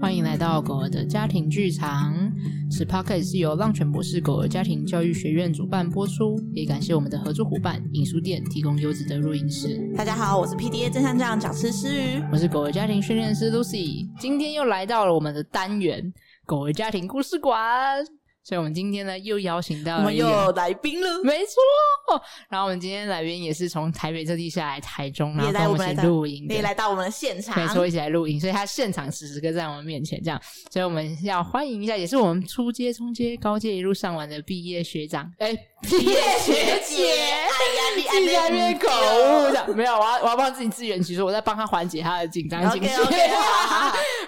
欢迎来到狗儿的家庭剧场。此 p o c k e t 是由浪犬博士狗儿家庭教育学院主办播出，也感谢我们的合作伙伴影书店提供优质的录音室。大家好，我是 PDA 真相酱讲师诗雨。我是狗儿家庭训练师 Lucy，今天又来到了我们的单元狗儿家庭故事馆。所以，我们今天呢又邀请到我了们一又个有来宾了，没错。然后我们今天来宾也是从台北特地下来台中，然后也来哎跟我我们们一起来录音的，你来到我们的现场，没错，一起来录音，所以他现场时时刻在我们面前，这样，所以我们要欢迎一下，也是我们初阶、中阶、高阶一路上完的毕业学长， 哎、毕业学 姐。哎呀，自你己在那边口误的，没有，我要我要帮自己自圆其说，我在帮他缓解他的紧张情绪。 OK，OK，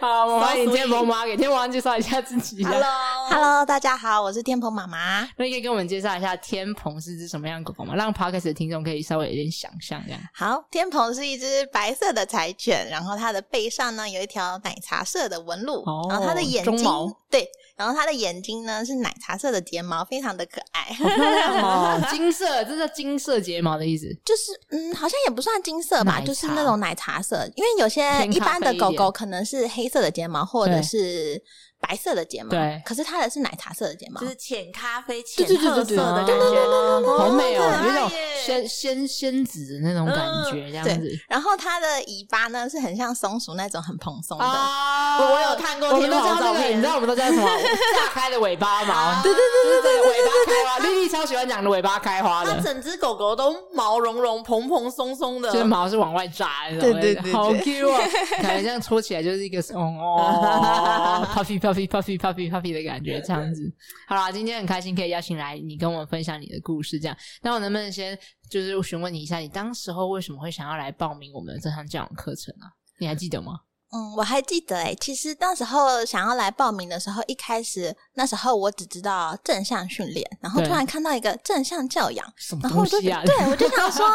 好 好，我们欢迎 So sweet 天蓬妈给天蓬妈介绍一下自 己。 Hello， Hello，大家好，我是天蓬妈妈。那可以给我们介绍一下天蓬是只什么样的狗狗吗？让 podcast 的听众可以稍微有点想象这样。好，天蓬是一只白色的柴犬，然后它的背上呢有一条奶茶色的纹路，哦然后它的眼鬃毛睛对，然后它的眼睛呢是奶茶色的睫毛，非常的可爱。 好漂亮哦，金色，这是金色睫毛的意思。就是嗯，好像也不算金色奶吧，茶就是那种奶茶色，因为有些偏一咖般啡的一狗点狗可能是黑色的睫毛或者对是白色的睫毛，对可是它的是奶茶色的睫毛就，是浅咖啡、对浅对对褐对色对的感对对觉。好美好哦，可有一爱种耶仙仙仙子的那种感觉，这样对子然后它的尾巴呢是很像松鼠那种很蓬松的，啊我我有看过我们天都猫叫照这个，你片知道我们都叫什么？炸开的尾巴毛，啊对对对对对，尾巴开花，丽丽超喜欢讲的尾巴开花它的，整只狗狗都毛茸茸、蓬蓬松松的，就是毛是往外炸的那种，对对对好对 Q 哦， 感觉这样搓起来就是一个哦 哦 puffy puffy puffy puffy puffy 的感觉，这样子。 好啦，今天很开心可以邀请来你跟我们分享你的故事，这样。那我能不能先就是询问你一下，你当时候为什么会想要来报名我们的正向教养课程啊？你还记得吗？嗯，我还记得诶、其实那时候想要来报名的时候，一开始那时候我只知道正向训练，然后对突然看到一个正向教养，什么然后我东就、西啊？对我就 想说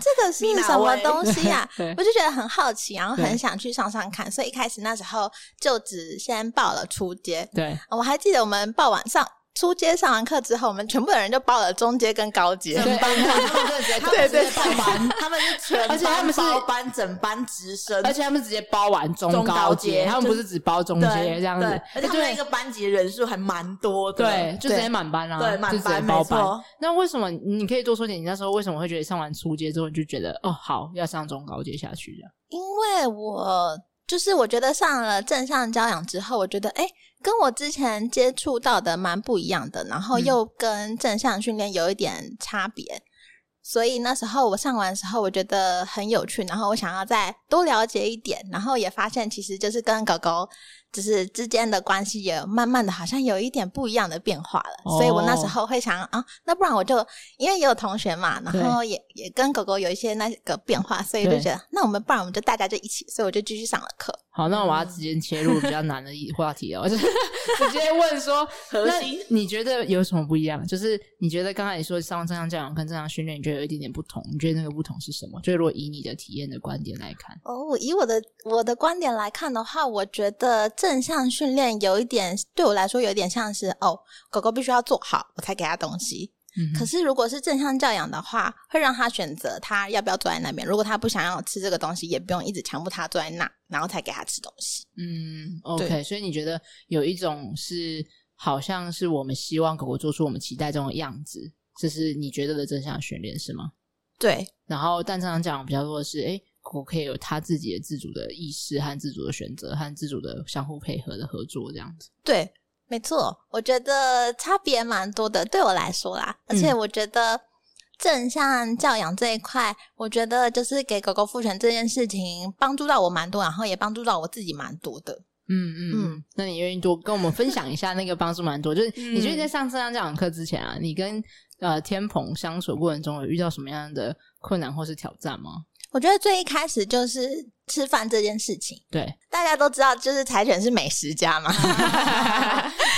这个是米娜什么喂东西呀、对我就觉得很好奇，然后对很想去上上看，所以一开始那时候就只先报了初阶。啊对，我还记得我们报完上初阶上完课之后，我们全部的人就报了中阶跟高阶。整班他们真的直接，他们直接对对报班， 他们是全而且他们班是包班，整班直升，而且他们直接包完中中高高阶，阶他们就不是只包中对阶这样子对，而且他们那个班级人数还蛮多的，对，就直接满班啊，对就满直接班包没班错。那为什么你可以多说点？你那时候为什么会觉得上完初阶之后你就觉得哦，好要上中高阶下去这样？因为我就是我觉得上了正向教养之后，我觉得哎，诶跟我之前接触到的蛮不一样的，然后嗯又跟正向训练有一点差别。所以那时候我上完的时候，我觉得很有趣，然后我想要再多了解一点，然后也发现其实就是跟狗狗就是之间的关系也慢慢的好像有一点不一样的变化了。所以我那哦时候会想啊，那不然我就因为也有同学嘛，对然后也也跟狗狗有一些那个变化，所以对就觉得那我们不然我们就大家就一起，所以我就继续上了课。好，那我要直接切入比较难的一 话题哦，就是直接问说，核那心你觉得有什么不一样？就是你觉得刚才你说上正向教养跟正向训练，你觉得有一点点不同，你觉得那个不同是什么？就是如果以你的体验的观点来看，哦，以我的我的观点来看的话，我觉得正向训练有一点对我来说有一点像是哦，狗狗必须要做好我才给它东西。嗯可哼，是如果是正向教养的话，会让它选择它要不要坐在那边。如果它不想要吃这个东西，也不用一直强迫它坐在那，然后才给它吃东西。嗯，OK，所以你觉得有一种是好像是我们希望狗狗做出我们期待中的样子，这是你觉得的正向训练是吗？对，然后但正常讲比较多的是，哎，狗狗可以有它自己的自主的意识和自主的选择和自主的相互配合的合作这样子。对，没错，我觉得差别蛮多的，对我来说啦。而且嗯我觉得正向教养这一块，我觉得就是给狗狗赋权这件事情，帮助到我蛮多，然后也帮助到我自己蛮多的。嗯嗯嗯嗯，那你愿意多跟我们分享一下那个帮助蛮多？就是你觉得嗯在上正向教养课之前啊，你跟呃天蓬相处的过程中有遇到什么样的困难或是挑战吗？我觉得最一开始就是吃饭这件事情， 对，大家都知道，就是柴犬是美食家嘛。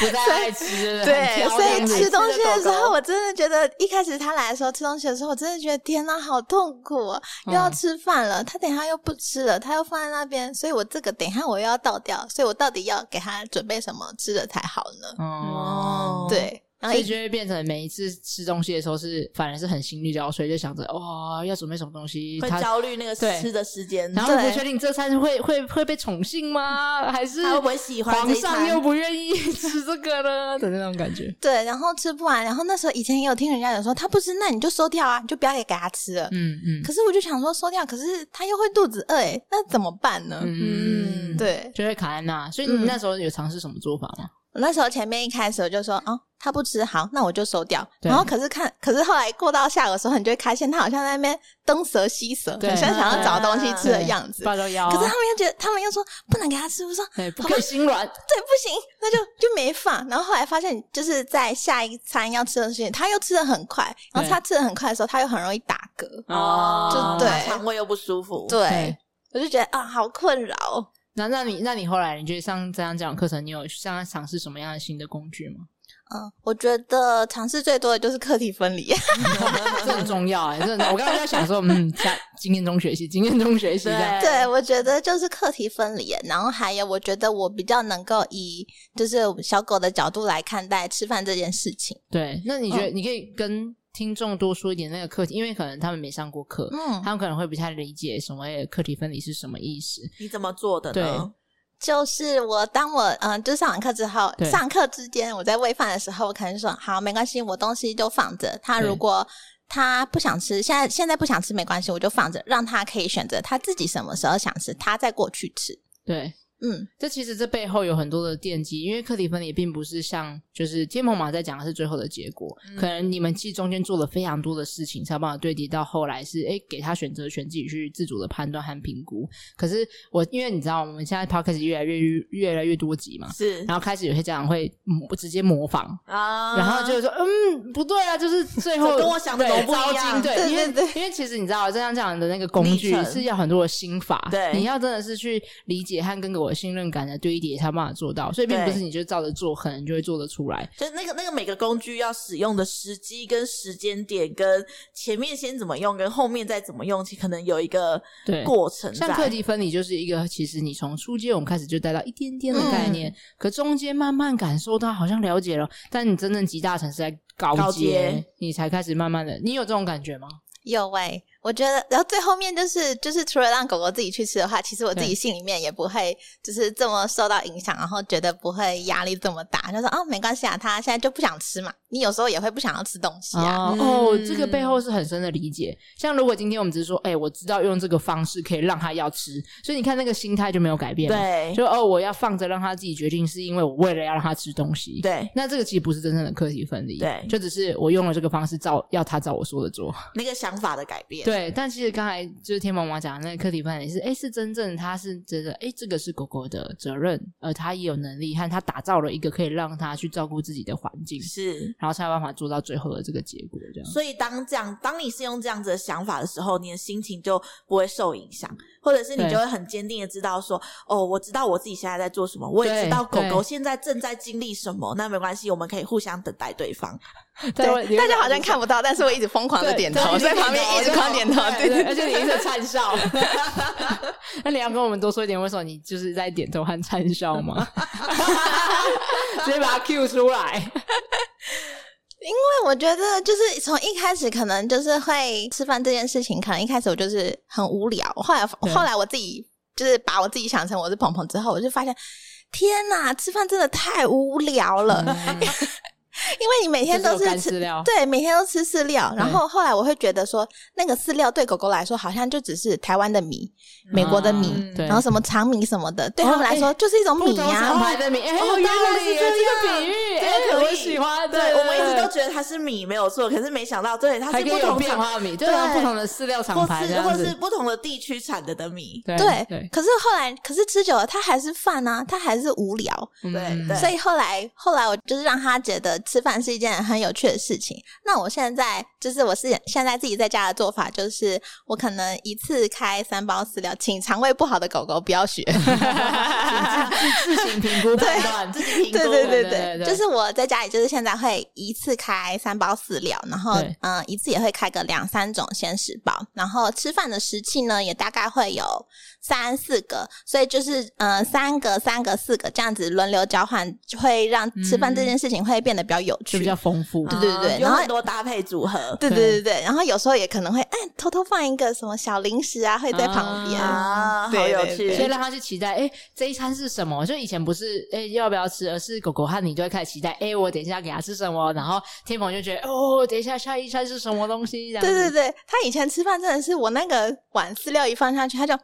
不太爱吃，对，所以吃东西的时狗狗候，我真的觉得一开始他来的时候，吃东西的时候，我真的觉得天哪，好痛苦、哦，嗯又要吃饭了。他等一下又不吃了，他又放在那边，所以我这个等一下我又要倒掉，所以我到底要给他准备什么吃的才好哦呢？哦，对，所然后以一就会变成每一次吃东西的时候是反而是很心力交瘁，就想着哇、要准备什么东西，会他焦虑那个对吃的时间，然后又不对确定这餐会会会被宠幸吗？还是他会不会喜欢这皇一餐上又不愿意吃这个呢？的那种感觉。对，然后吃不完，然后那时候以前也有听人家有说，他不吃，那你就收掉啊，你就不要给给他吃了。嗯嗯可是我就想说收掉，可是他又会肚子饿，哎，那怎么办呢？嗯，对就会卡在那。所以你嗯那时候有尝试什么做法吗？我那时候前面一开始我就说，哦，他不吃，好，那我就收掉。对然后可是看，可是后来过到下午的时候，你就会发现他好像在那边东蛇西蛇，好对像想要找东西吃的样子。八周腰。可是他们又觉得，他们又说不能给他吃，我说对，不可以心软。对，不行，那就就没放。然后后来发现，就是在下一餐要吃的时间，他又吃的很快，然后对他吃的很快的时候，他又很容易打嗝。哦，就对他肠胃又不舒服，对对，我就觉得啊，好困扰哦。哦那那你那你后来你觉得上这样讲课程，你有像尝试什么样的新的工具吗？嗯，我觉得尝试最多的就是课题分离。这很重要哎、这很我刚刚在想说，嗯，下经验中学习，经验中学习这样。对，我觉得就是课题分离耶，然后还有，我觉得我比较能够以就是小狗的角度来看待吃饭这件事情。对，那你觉得你可以跟听众多说一点那个课题，因为可能他们没上过课，嗯，他们可能会不太理解所谓的课题分离是什么意思。你怎么做的呢？就是我当我嗯，就是上完课之后，对上课之间我在喂饭的时候，我可能就说好，没关系，我东西就放着。他对如果他不想吃，现在现在不想吃没关系，我就放着，让他可以选择他自己什么时候想吃，他再过去吃。对，嗯，这其实这背后有很多的奠基，因为课题分离并不是像就是天蓬马在讲的是最后的结果，嗯可能你们既中间做了非常多的事情，才有办法对敌到后来是诶给他选择权，自己去自主的判断和评估。可是我因为你知道我们现在 podcast 越来越越来越多集嘛，是然后开始有些家长会模直接模仿，啊，然后就说嗯不对啊，就是最后这跟我想的对都不一样糟心对，对因为对因为其实你知道，这样讲的那个工具历程是要很多的心法，对你要真的是去理解和跟我信任感的堆叠，才有办法做到。所以并不对是你就照着做，可能就会做得出来。就是那个那个每个工具要使用的时机跟时间点，跟前面先怎么用，跟后面再怎么用，其实可能有一个对过程在。像课题分离就是一个，其实你从初阶我们开始就带到一点点的嗯概念，可中间慢慢感受到好像了解了，但你真正集大成是在高阶，高阶你才开始慢慢的，你有这种感觉吗？有喂、我觉得，然后最后面就是就是除了让狗狗自己去吃的话，其实我自己对心里面也不会就是这么受到影响，然后觉得不会压力这么大，就说哦没关系啊，它现在就不想吃嘛。你有时候也会不想要吃东西啊，哦、嗯哦，这个背后是很深的理解。像如果今天我们只是说，哎、我知道用这个方式可以让他要吃，所以你看那个心态就没有改变。，对就哦，我要放着让他自己决定，是因为我为了要让他吃东西。，对，那这个其实不是真正的课题分离，对就只是我用了这个方式照要他照我说的做。那个想法的改变，对，但其实刚才就是天萌妈讲的那个课题分离是，哎，是真正他是觉得，哎，这个是狗狗的责任，而他也有能力和他打造了一个可以让他去照顾自己的环境，是。然后才有办法做到最后的这个结果，这样。所以当这样，当你是用这样子的想法的时候，你的心情就不会受影响，或者是你对就会很坚定的知道说，哦，我知道我自己现在在做什么，我也知道狗对狗现在正在经历什么，那没关系，我们可以互相等待对方。对，大家好像看不到，但是我一直疯狂的点头，在旁边一直狂点头，对 对，对对而且你一直灿笑。那你要跟我们多说一点，为什么你就是在点头和灿笑吗？ 直接把它 Q 出来。因 为我觉得就是从一开始可能就是会吃饭这件事情，可能一开始我就是很无聊，后来对后来我自己就是把我自己想成我是鹏鹏之后，我就发现。天呐，吃饭真的太无聊了， 因为你每天都嗯就是有是干哦吃饲料嗯对，每天都吃饲料。然后后来我会觉得说，那个饲料对狗狗来说好像就只是台湾的米、美国的米，嗯对然后什么长米什么的，对哦他们来说哎就是一种不米啊同呀、厂牌的米，哎，哦有道理耶，原来是这这个样比喻，这个哎，可以我喜欢。对，我们一直都对觉得它是米没有错，可是没想到，对，它还是可不以有同变厂化的米，对啊，对不同的饲料厂或牌这是或样是子。不同的地区产的的米，对对，对可是后来，可是吃久了，它还是饭啊，它还是无聊。嗯对所以后来，后来我就是让他觉得吃饭是一件很有趣的事情。那我现在就是我是现在自己在家的做法，就是我可能一次开三包饲料，请肠胃不好的狗狗不 要学。嗯 自自行评估判断，自己评对估。对对对对对，对就是我在家里，就是现在会一次开三包饲料，然后对嗯，一次也会开个两三种鲜食包，然后吃饭的食器呢也大概会有三四个，所以就是呃嗯三个三个四个这样子轮流交换，就会让吃饭这件事情会变得比较有就趣比。较丰富。对对对啊有然后很多搭配组合对对对对对，然后有时候也可能会哎偷偷放一个什么小零食啊，会在旁边。啊啊，好对有对趣。所以让他去期待，哎、这一餐是什么？就以前不是哎、要不要吃，而是狗狗和你就会开始期待，哎、我等一下给它吃什么，然后天鹏就觉得哦，等一下下一餐是什么东西？这样对对子对，他以前吃饭真的是我那个碗饲料一放下去，他就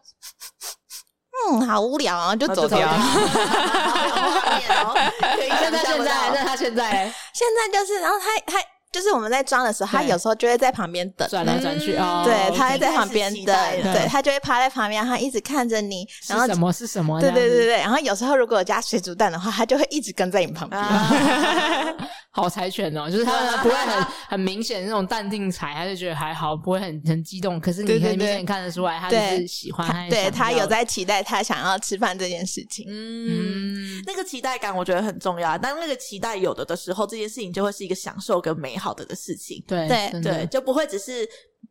嗯好无聊啊，就啊走就走掉了。好有画面哦，可以那想他象 现得在，那到。他现 在现在就是，然后他他就是我们在装的时候，他对有时候就会在旁边等。转来转去嗯哦，对， OK 他会在旁边开始期等待，了对他就会趴在旁边，他一直看着你，然后是什么是什么？对对这样对子，对，然后有时候如果有加水煮蛋的话，他就会一直跟在你旁 边。啊 好柴犬哦，就是他们不会很很明显那种淡定柴，他就觉得还好，不会很很激动。可是你可对以对明对显看得出来，他就对是喜欢他和对想他要有的在期待他想要吃饭这件事情。嗯，嗯，那个期待感我觉得很重要啊。当那个期待有的的时候，这件事情就会是一个享受跟美好的的事情。对对真的对，就不会只是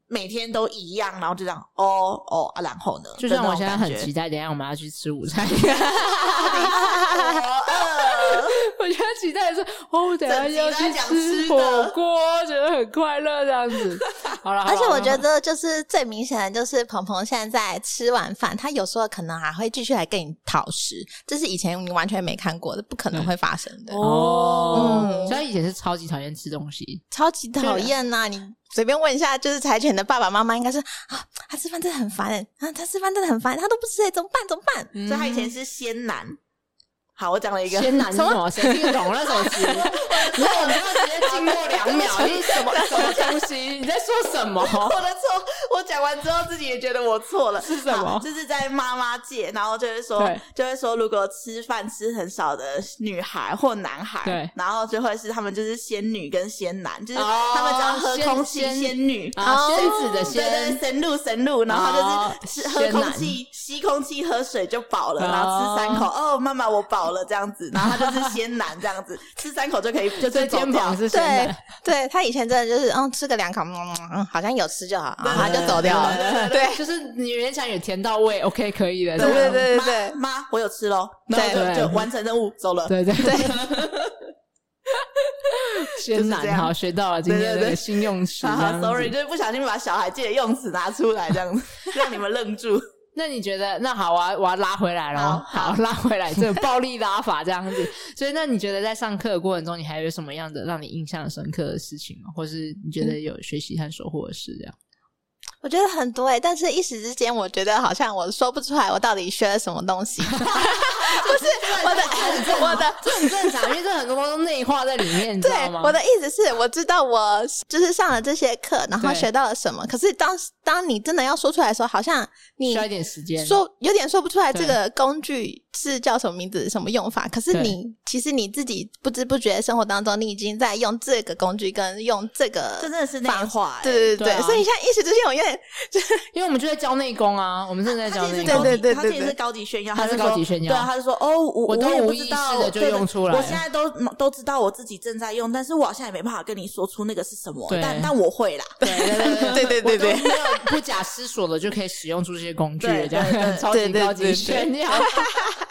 每天都一样，然后就这样哦哦啊，然后呢？就像我现在很的那种感觉期待，等一下我们要去吃午餐。 我我觉得期待的是，哦，等一下要去吃火锅，觉得很快乐这样子。好了，好啦而且我觉，好啦得就是最明显的就是鹏鹏现在吃完饭，他有时候可能还会继续来跟你讨食，这是以前你完全没看过的，不可能会发生的，哦哦嗯，所以他以前是超级讨厌吃东西，超级讨厌呐！你随便问一下，就是柴犬的爸爸妈妈应该是啊，他吃饭真的很烦啊，他吃饭真的很烦，他都不吃哎，怎么办？怎么办？嗯， 所以他以前是仙男。好，我讲了一个，先难是什么？谁听得懂那首词？如果你要直接经过两秒，你 什么什么东西？你在说什么？我的错，我讲完之后自己也觉得我错 了。是什么好 就是在妈妈界，然后就会说对，就会说，如果吃饭吃很少的女孩或男孩，对然后就会是他们就是仙女跟仙男，就是哦他们只要喝仙空气仙仙女啊，哦仙子的对仙，对，神鹿神鹿，然后他就是吃哦喝仙空男气、吸空气、喝水就饱了，哦然后吃三口，哦，妈妈我饱了这样子，然后他就是仙男这样子，吃三口就可以，就所是以走肩掉膀。是仙对男。，对他以前真的就是，嗯，吃个两口，嗯，嗯好像有吃就好，然后他就走掉对了。 对就是你勉强也甜到胃，OK 可以了。对这对样对妈对妈，我有吃喽，然后对就就完成任务走 了。对对对，就仙是这男样好学到了今天对这对个对新用 词。哈这哈样子，sorry，就是不小心把小孩界的用词拿出来，这 样子让你们愣住。那你觉得，那好，我要我要拉回来喽，好好拉回来，这 个暴力拉法这样子。所以，那你觉得在上课的过程中，你还有什么样的让你印象深刻的事情吗？或是你觉得有学习和收获的事？这样，我觉得很多哎、但是一时之间，我觉得好像我说不出来我到底学了什么东 西。不是我的，我的。 这很正常，因为这很多东西内化在里面，你知对道吗？，我的意思是，我知道我就是上了这些课，然后对学到了什么。可是当当你真的要说出来的时候，好像需你要一点时间。说有点说不出来对这个工具是叫什么名字、什么用法。可是对你其实你自己不知不觉生活当中，你已经在用这个工具跟用这个 这真的是内方化、欸，对对对对对，啊所以你现在一时之间，我有点因为我们就在教内功啊，我们正在他教其内实功。高对级，对对他对其实是高级炫耀，他是就说高级炫耀对啊，他就说哦，我我都也不无知意识道地就对对用出来我现在都都知道我自己正在用，但是我好像也没办法跟你说出那个是什么，对但但我会啦。 对对对对对对我都没有不假思索的就可以使用出这些工具了，对这对样对 超级对对高级对对炫耀。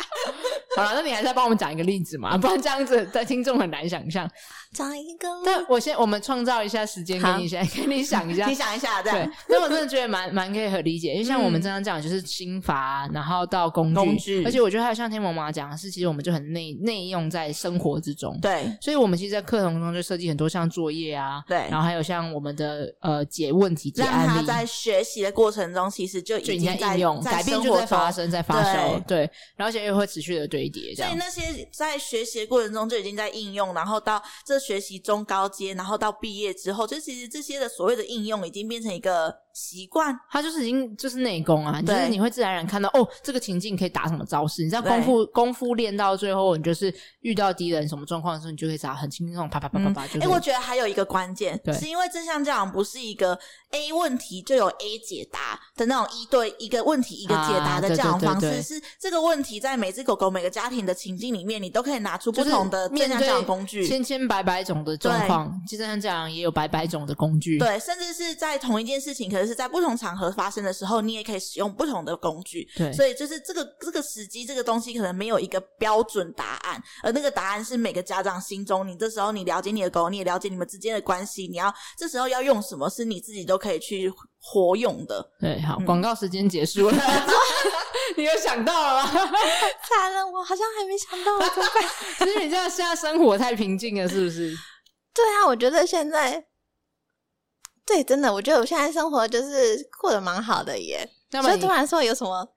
好了，那你还是要帮我们讲一个例子 嘛，不然这样子在听众很难想象。长一个但我先我们创造一下时间给好你先， 给你想一下嗯你。想一下，这对样，但我真的觉得蛮蛮可以很理解，因为像我们正常讲的就是心法啊，然后到工具，工具而且我觉得还有像天魔妈讲的是，其实我们就很内内用在生活之中。对所以我们其实，在课堂中就设计很多像作业啊，对然后还有像我们的呃解问题、解让案他例，在学习的过程中，其实就就已已经经在在应用，在改变生就活在发中。生，在发酵，对，然后而且又会持续的堆叠，这所样。以那些在学习的过程中就已经在应用，然后到这学习中高阶，然后到毕业之后，就其实这些的所谓的应用已经变成一个习惯，它就是已经就是内功啊，就对是你会自然而然看到哦，这个情境可以打什么招式。你知道功夫功夫练到最后，你就是遇到敌人什么状况的时候，你就可以找很轻松地啪啪啪啪啪就可哎、以。我觉得还有一个关键对，是因为正向教养不是一个 A 问题就有 A 解答的那种一对一个问题一个解答的啊对教养方式，对对对是这个问题在每只狗狗每个家庭的情境里面，你都可以拿出就不是同的正面向对教养工具。千千百百种的状况，其实像这样也有百百种的工具。对，甚至是在同一件事情，可能是在不同场合发生的时候，你也可以使用不同的工具。对，所以就是这个这个时机这个东西可能没有一个标准答案，而那个答案是每个家长心中。你这时候你了解你的狗，你也了解你们之间的关系，你要这时候要用什么是你自己都可以去活用的。对，好，嗯广告时间结束了， 你有想到了吗？惨了，我好像还没想到，怎么办？其实你这样现在生活太平静了，是不 是？对啊，我觉得现在，对，真的，我觉得我现在生活就是过得蛮好的耶。那么所以你 突，然说有什么，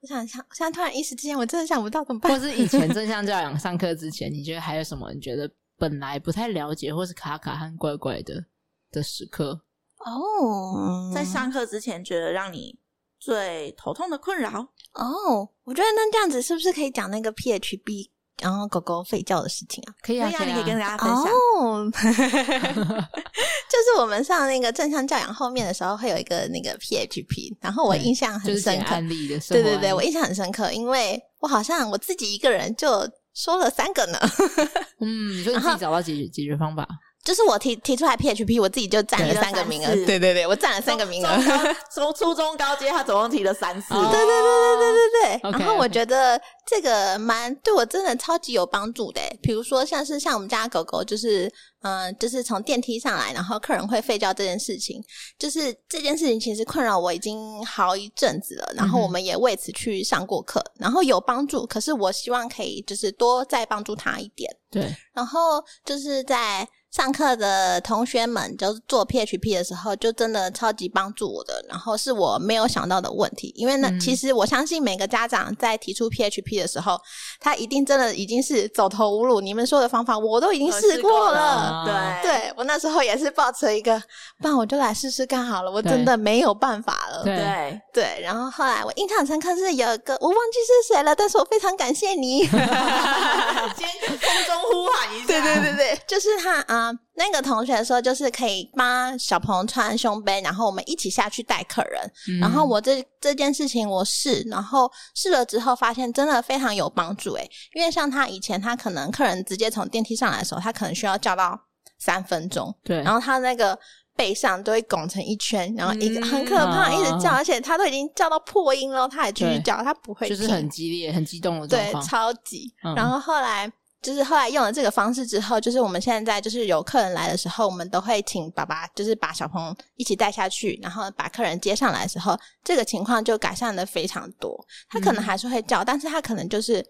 我想想，我现在突然一时之间我真的想不到怎么或办。是以前正向教养上课之前，你觉得还有什么你觉得本来不太了解，或是卡卡和怪怪的的时刻？哦在上课之前，觉得让你最头痛的困扰，哦，我觉得那这样子是不是可以讲那个 PHB，然后狗狗吠叫的事情啊？可以对啊，呀、你可以跟大家分享。 哦，就是我们上那个正向教养后面的时候，会有一个那个 PHP，然后我对印象就很是深讲刻。案例的生对活啊对对，案我例印象很深刻，因为我好像我自己一个人就说了三个呢， 嗯，你说你然自后己找到解决解决方法，就是我提提出来 PHP，我自己就占了对三个名额三。次对对对，我占了三个名额。中高从初中高阶，他总共提了三次。哦对对对对对对对。 OK，然后我 OK 觉得这个蛮对我真的超级有帮助的欸，比如说像是像我们家的狗狗，就是嗯、呃就是从电梯上来，然后客人会吠叫这件事情，就是这件事情其实困扰我已经好一阵子了，然嗯后哼我们也为此去上过课，然后有帮助，可是我希望可以就是多再帮助它一点。对，然后就是在上课的同学们，就是做 PHP 的时候，就真的超级帮助我的。然后是我没有想到的问题，因为呢，嗯其实我相信每个家长在提出 PHP 的时候，他一定真的已经是走投无路。你们说的方法我都已经我试过了。了对对我那时候也是抱持一个，不然我就来试试看好了，我真的没有办法了。 对对， 对，然后后来我印象很深刻是有一个我忘记是谁了，但是我非常感谢你。先空中呼喊一 下。对对对对， 就是他啊、呃那个同学说，就是可以帮小朋友穿胸杯，然后我们一起下去带客人。嗯然后我这这件事情我试，然后试了之后发现真的非常有帮助诶，因为像他以前他可能客人直接从电梯上来的时候，他可能需要叫到三分钟，对，然后他那个。背上都会拱成一圈，然后一个嗯很可怕，一直叫，啊而且他都已经叫到破音了，他还继续对叫，他不会就是停很激烈、很激动的状对，况，超级。嗯然后后来就是后来用了这个方式之后，就是我们现在就是有客人来的时候，我们都会请爸爸就是把小朋友一起带下去，然后把客人接上来的时候，这个情况就改善的非常多。他可嗯能还是会叫，但是他可能就是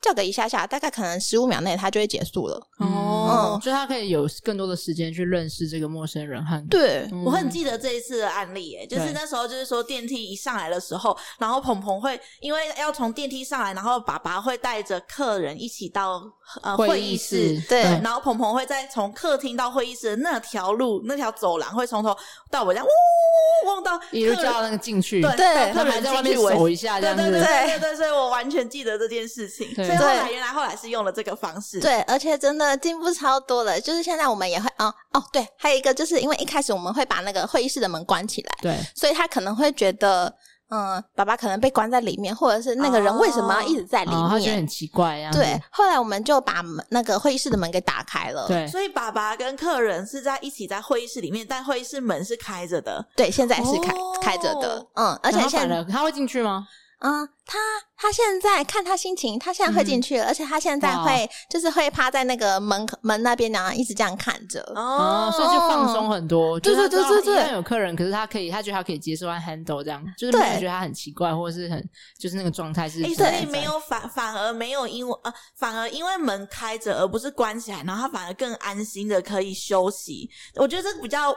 叫个一下下，大概可能十五秒内他就会结束了。嗯哦，就他可以有更多的时间去认识这个陌生人和对，嗯我很记得这一次的案例、欸，就是对那时候就是说电梯一上来的时候，然后鹏鹏会因为要从电梯上来，然后爸爸会带着客人一起到呃会议议室。对，对然后鹏鹏会在从客厅到会议室的那条路、那条走廊，会从头到尾这样呜呜呜呜 到一路叫客人到那个进去，对对他们到客还人在外进面去为守一下这对样对子，对对对对对，所以我完全记得这件事情。对所以后来对原来后来是用了这个方式。对，而且真的进步超多了。就是现在我们也会哦哦，对，还有一个就是因为一开始我们会把那个会议室的门关起来。对所以他可能会觉得，嗯，爸爸可能被关在里面，或者是那个人为什么要一直在里然哦后他觉得面？很奇怪这样子，对，后来我们就把门那个会议室的门给打开了。对，所以爸爸跟客人是在一起在会议室里面，但会议室门是开着的。对，现在是开、哦开着的，嗯，而且然后现反在，而他会进去吗？嗯，他他现在看他心情，他现在会进去了，而且他现在嗯哇哦会就是会趴在那个门口门那边，然后一直这样看着。哦，所以就放松很多。对就是对他知道对对对一旦有客人，可是他可以，他觉得他可以接受和 handle 这样，就是没有对觉得他很奇怪，或者是很就是那个状态是哎、存所在。以没有反反而没有因为呃，反而因为门开着，而不是关起来，然后他反而更安心的可以休息。我觉得这比较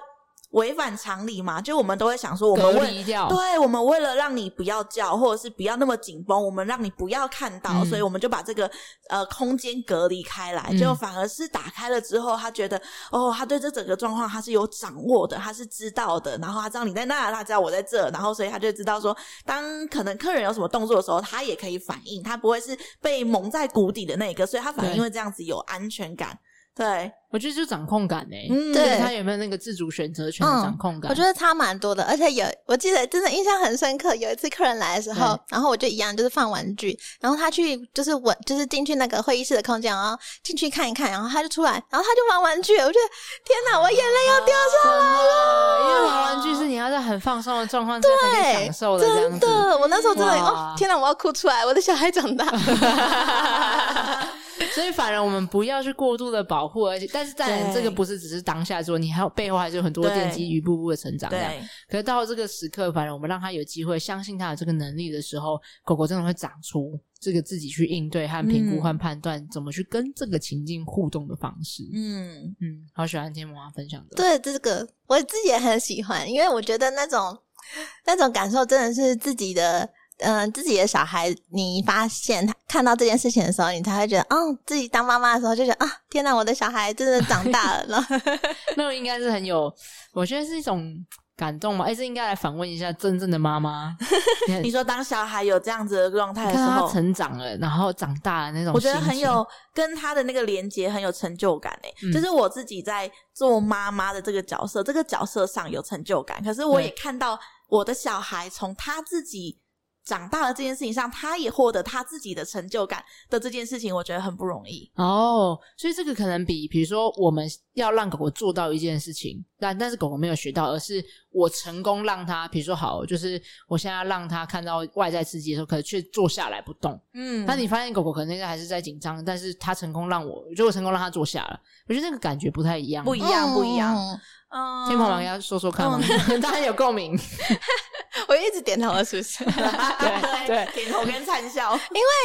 违反常理嘛，就我们都会想说，我们隔为离掉，对我们为了让你不要叫，或者是不要那么紧绷，我们让你不要看到，嗯所以我们就把这个呃空间隔离开来，嗯结果反而是打开了之后，他觉得哦，他对这整个状况他是有掌握的，他是知道的，然后他知道你在那，他知道我在这，然后所以他就知道说，当可能客人有什么动作的时候，他也可以反应，他不会是被蒙在鼓底的那个，所以他反而对因为这样子有安全感。对，我觉得就是掌控感呢、欸嗯就是对嗯他有没有那个自主选择权的掌控感？我觉得差蛮多的，而且有我记得真的印象很深刻，有一次客人来的时候对，然后我就一样就是放玩具，然后他去就是我就是进去那个会议室的空间，然后进去看一看，然后他就出来，然后他就玩玩具，我觉得天哪，我眼泪要掉下真的，因为玩玩具是你要在很放松的状况之下才可以来，享受的这样真子。的，我那时候真的哇哦，天哪，我要哭出来，我的小孩长大，所以，反而我们不要去过度的保护，而且，但是当然，对这个不是只是当下做，你还有背后还是有很多对奠基于一步步的成长。这样，对，可是到这个时刻，反而我们让他有机会相信他有这个能力的时候，狗狗真的会长出这个自己去应对和评估嗯和判断怎么去跟这个情境互动的方式。嗯，嗯，好喜欢今天妈妈分享的。对这个我自己也很喜欢，因为我觉得那种那种感受真的是自己的，嗯、自己的小孩，你发现他看到这件事情的时候，你才会觉得，哦，自己当妈妈的时候就觉得啊，天哪，我的小孩真的长大了，然后那个应该是很有，我觉得是一种感动嘛。哎、这应该来访问一下真正的妈妈，你看你说当小孩有这样子的状态的看时到候他，成长了，然后长大了那种我心情，觉得很有跟他的那个连接很有成就感诶、嗯就是我自己在做妈妈的这个角色，这个角色上有成就感，可是我也对看到我的小孩从他自己。长大了这件事情上，他也获得他自己的成就感的这件事情，我觉得很不容易。哦。所以这个可能比，比如说我们要让狗狗做到一件事情，但但是狗狗没有学到，而是我成功让它，比如说好，就是我现在要让它看到外在刺激的时候，可是却坐下来不动。嗯但你发现狗狗可能还是在紧张，但是它成功让我，就我成功让它坐下了，我觉得那个感觉不太一样。不一样不一样嗯嗯天蓬老 要说说看吗？哦 当然有共鸣。我一直点头了，是不 是？对对，点头跟灿笑，